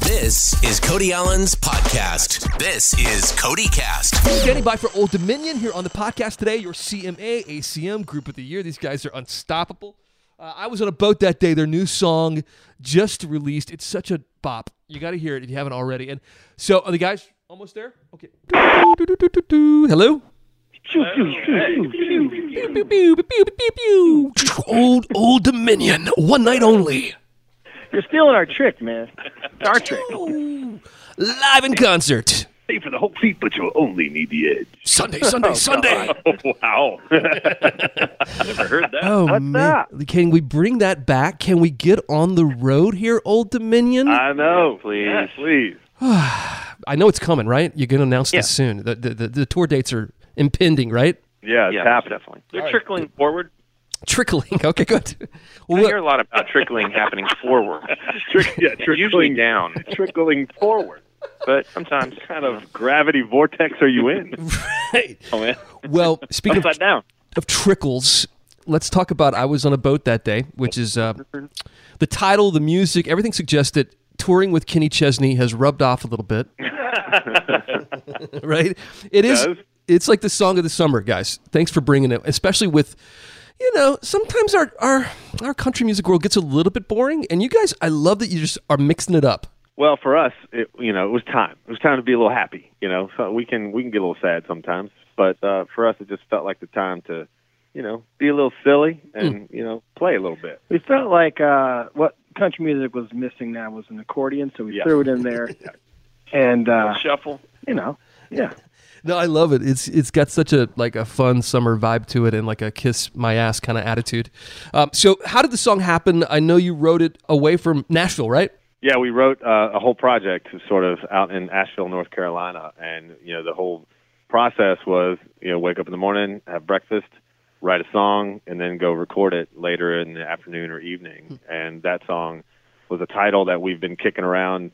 This is Cody Allen's podcast. This is Cody Cast. Standing by for Old Dominion here on the podcast today, your CMA, ACM Group of the Year. These guys are unstoppable. Uh, I was on a boat that day. Their new song just released. It's such a bop. You got to hear it if you haven't already. And so, are the guys almost there? Okay. Hello? Pew, pew, pew, pew, pew, pew. Old, Old Dominion, one night only. You're stealing our trick, man. It's our trick. Ooh, Live in concert. Pay for the whole seat, but you'll only need the edge. Sunday, Sunday, Sunday. Oh, wow. Never heard that. Oh man, can we bring that back? Can we get on the road here, Old Dominion? I know. Please. please. I know it's coming, right? You're gonna announce this soon. The, the the the tour dates are impending, right? Yeah, it's Yeah, happening. definitely. They're trickling forward. Trickling. Okay, good. Well, I look, hear a lot about trickling happening forward, Trick, yeah, usually trickling, down, trickling forward. but sometimes kind of Gravity vortex are you in? hey, oh, man. well, speaking of, upside down. of trickles, let's talk about "I Was on a Boat That Day," which is uh, the title, the music, everything suggests that touring with Kenny Chesney has rubbed off a little bit, right? It is. does. It's like the song of the summer, guys. Thanks for bringing it, especially with. You know, sometimes our, our our country music world gets a little bit boring, and you guys, I love that you just are mixing it up. well, for us, it, you know, it was time. It was time to be a little happy. You know, so we can we can get a little sad sometimes, but uh, for us, it just felt like the time to, you know, be a little silly and Hmm. you know play a little bit. We felt like uh, what country music was missing now was an accordion, so we Yeah. threw it in there. And, uh, Shuffle. you know, yeah. No, I love it. It's it's got such a like a fun summer vibe to it, and like a kiss my ass kind of attitude. Um, so, how did the song happen? I know you wrote it away from Nashville, right? Yeah, we wrote uh, a whole project sort of out in Asheville, North Carolina, and you know the whole process was you know wake up in the morning, have breakfast, write a song, and then go record it later in the afternoon or evening. And that song was a title that we've been kicking around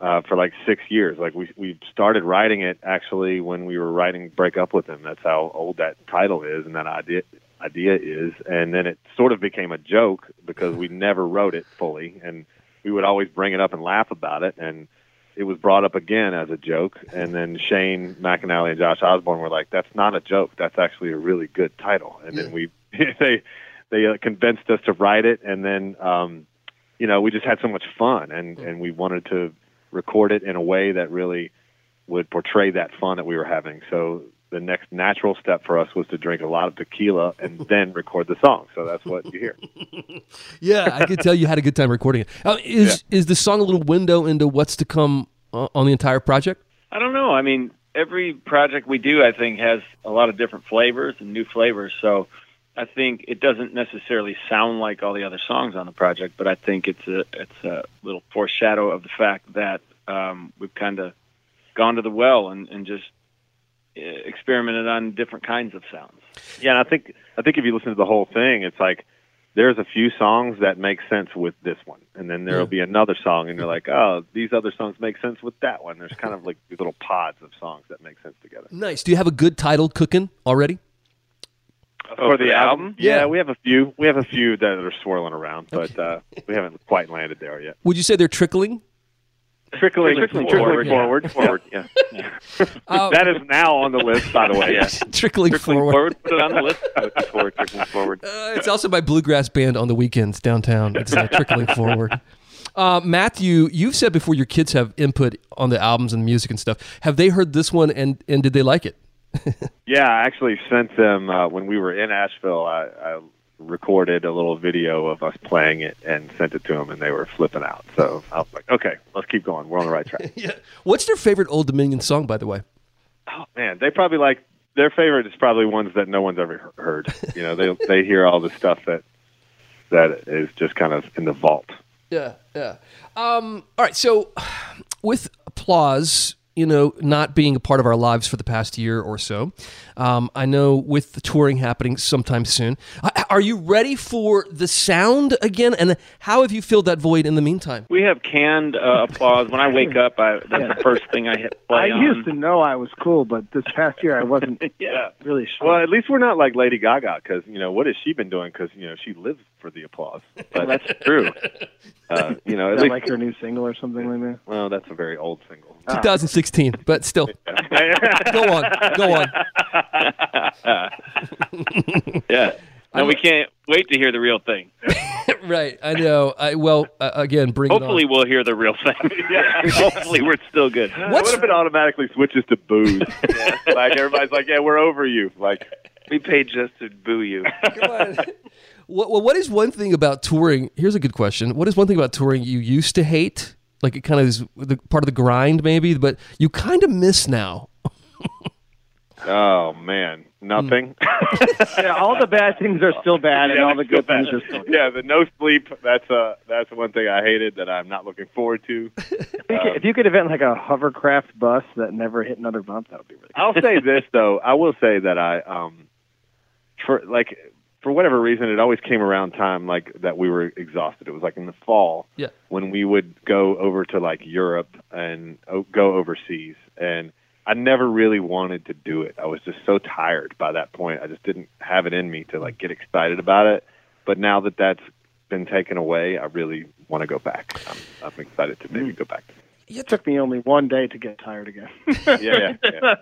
uh, for like six years. Like we we started writing it actually when we were writing "Break Up with Him." That's how old that title is and that idea idea is. And then it sort of became a joke because we never wrote it fully, and we would always bring it up and laugh about it. And it was brought up again as a joke. And then Shane McAnally and Josh Osborne were like, "That's not a joke. That's actually a really good title." And then we they they uh, convinced us to write it, and then. um you know, we just had so much fun and, and we wanted to record it in a way that really would portray that fun that we were having. So the next natural step for us was to drink a lot of tequila and then record the song. So that's what you hear. Yeah, I could tell you had a good time recording it. Uh, is is the song a little window into what's to come uh, on the entire project? I don't know. I mean, every project we do, I think, has a lot of different flavors and new flavors. So I think it doesn't necessarily sound like all the other songs on the project, but I think it's a it's a little foreshadow of the fact that um, we've kind of gone to the well and, and just uh, experimented on different kinds of sounds. Yeah, and I think I think if you listen to the whole thing, it's like there's a few songs that make sense with this one, and then there'll be another song, and you're like, oh, these other songs make sense with that one. There's kind of like these little pods of songs that make sense together. Nice. Do you have a good title cooking already? for the album? Yeah, Yeah. we have a few. We have a few that are swirling around, but uh, we haven't quite landed there yet. Would you say they're trickling? Trickling, Trickling trickling forward, yeah. forward, forward. Yeah, Uh, that is now on the list. By the way, Yeah. trickling, Trickling forward. forward, put it on the list. forward, trickling forward. Uh, it's also my bluegrass band on the weekends downtown. It's uh, trickling forward. Uh, Matthew, you've said before your kids have input on the albums and music and stuff. Have they heard this one and and did they like it? Yeah, I actually sent them uh, when we were in Asheville. I, I recorded a little video of us playing it and sent it to them, and they were flipping out. So I was like, okay, let's keep going. We're on the right track. Yeah. What's their favorite Old Dominion song, by the way? Oh, Man, they probably like their favorite is probably ones that no one's ever he- heard. You know, they they hear all the stuff that that is just kind of in the vault. Yeah, yeah. Um, all right, so with applause, you know, not being a part of our lives for the past year or so. Um, I know with the touring happening sometime soon. Uh, Are you ready for the sound again? And how have you filled that void in the meantime? We have canned uh, applause. When I wake up, I, that's the first thing I hit I play on. used to know I was cool, but this past year I wasn't Yeah. really sure. Well, at least we're not like Lady Gaga because you know what has she been doing? Because you know she lives for the applause. But that's true. Uh, you know, at Is that least like her new single or something like that? well, that's a very old single. 2016, but still, go on, go on. Yeah. No, we can't wait to hear the real thing. right, I know. I, well, uh, again, bring Hopefully, it we'll hear the real thing. Hopefully, we're still good. on. What's what if it automatically switches to booze? Like everybody's like, yeah, we're over you. Like We paid just to boo you. Come on. what, what- what is one thing about touring? Here's a good question. What is one thing about touring you used to hate? Like it kind of is the part of the grind, maybe, but you kind of miss now. oh man, nothing. Yeah, all the bad things are still bad, Hmm. and all the good things are still. yeah, the no sleep. That's uh that's one thing I hated that I'm not looking forward to. If you could- If you could invent like a hovercraft bus that never hit another bump, that would be really. I'll say this though. I will say that I um for like for whatever reason it always came around time like that we were exhausted. It was like in the fall Yeah. when we would go over to like Europe and o- go overseas and I never really wanted to do it. I was just so tired by that point. I just didn't have it in me to like get excited about it. But now that that's been taken away, I really want to go back. I'm, I'm excited to maybe go back. took me only one day to get tired again. Yeah, yeah, yeah.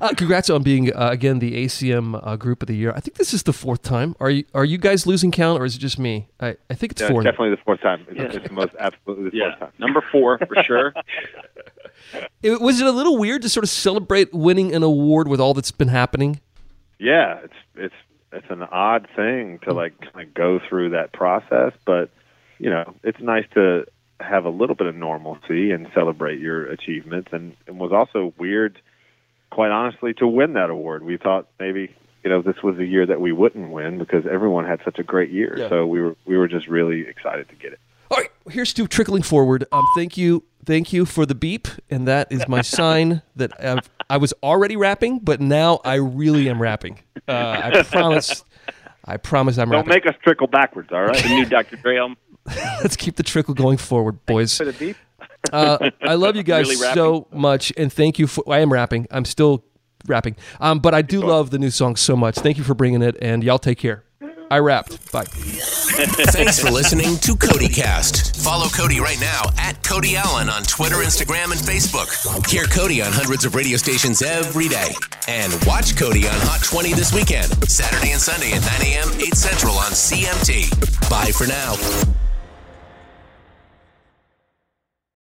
Uh, congrats on being uh, again the ACM uh, Group of the Year. I think this is the fourth time. Are you are you guys losing count, or is it just me? I, I think it's Yeah, four. it's definitely the fourth time. It's, it's the most absolutely the Yeah. fourth time. Number four, for sure. It, was it a little weird to sort of celebrate winning an award with all that's been happening? yeah, it's it's it's an odd thing to like kind of go through that process, but you know, it's nice to have a little bit of normalcy and celebrate your achievements. And it was also weird, quite honestly, to win that award. We thought maybe you know this was the year that we wouldn't win because everyone had such a great year. So we were we were just really excited to get it. All right, here's to trickling forward. Um, thank you, thank you for the beep, and that is my sign that I've, I was already rapping, but now I really am rapping. Uh, I promise, I promise I'm Don't rapping. make us trickle backwards, all right? The new Dr. Dre album. Let's keep the trickle going forward, boys. The beep. Uh, I love you guys Really rapping? so much, and thank you for. I am rapping. I'm still rapping, um, but I do love the new song so much. Thank you for bringing it, and y'all take care. I rapped. Bye. Thanks for listening to CodyCast. Follow Cody right now at Cody Allen on Twitter, Instagram, and Facebook. Hear Cody on hundreds of radio stations every day. And watch Cody on Hot 20 this weekend, Saturday and Sunday at 9 a.m., 8 Central on CMT. Bye for now.